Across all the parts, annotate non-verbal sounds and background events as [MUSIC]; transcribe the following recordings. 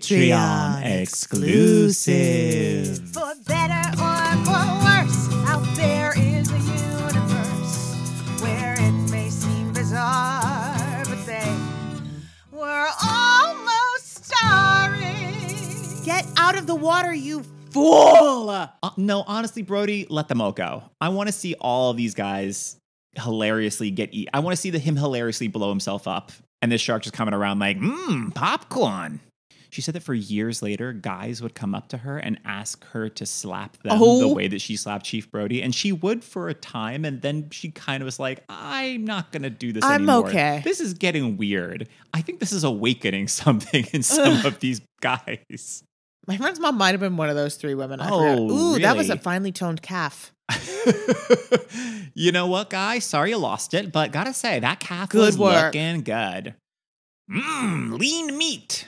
Patreon exclusive. For better or for worse, out there is a universe where it may seem bizarre, but they were almost starring. Get out of the water, you fool! Uh, no, honestly, Brody, let them all go. I want to see all of these guys hilariously get eat. I want to see the him hilariously blow himself up, and this shark just coming around like, mmm, popcorn. She said that for years later, guys would come up to her and ask her to slap them the Oh. way that she slapped Chief Brody, and she would for a time, and then she kind of was like, "I'm not gonna do this I'm anymore. okay. This is getting weird. I think this is awakening [LAUGHS] something in [LAUGHS] some of these guys." My friend's mom might have been one of those three women. I forgot. Oh, Ooh, that was a really? finely toned calf. [LAUGHS] you know what, guys? Sorry you lost it, but gotta say that calf Good was work. looking good. Mmm, lean meat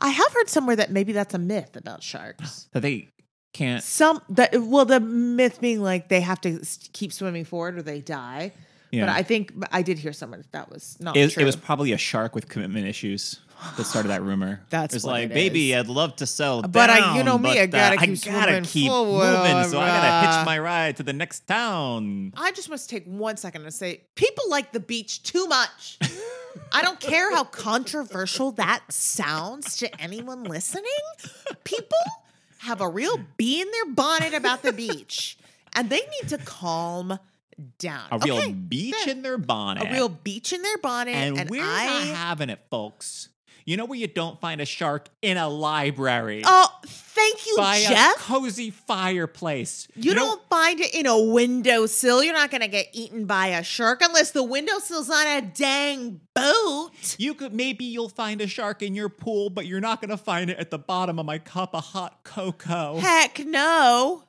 I have heard somewhere that maybe that's a myth about sharks. that they can't. Some that well, the myth being like they have to s- keep swimming forward or they die. You know, But I think but I did hear somewhere that that was not it, true. it was probably a shark with commitment issues that started that rumor. [SIGHS] That's it was what like, it baby, is. I'd love to sell, But I- you down, know me, but, I gotta uh, keep I gotta swimming keep forward, moving, so I gotta uh, hitch my ride to the next town. I just must take one second to say people like the beach too much. I don't care how controversial that sounds to anyone listening. People have a real bee in their bonnet about the beach and they need to calm down. A real Okay, beach fair. in their bonnet. a real beach in their bonnet and, and, we're not I having it, folks. You know where you don't find a shark in a library. Oh, thank you, by Jeff. a cozy fireplace. You, know- don't find it in a windowsill. You're not going to get eaten by a shark unless the windowsill's on a dang boat. You could maybe you'll find a shark in your pool, but you're not gonna find it at the bottom of my cup of hot cocoa. Heck no.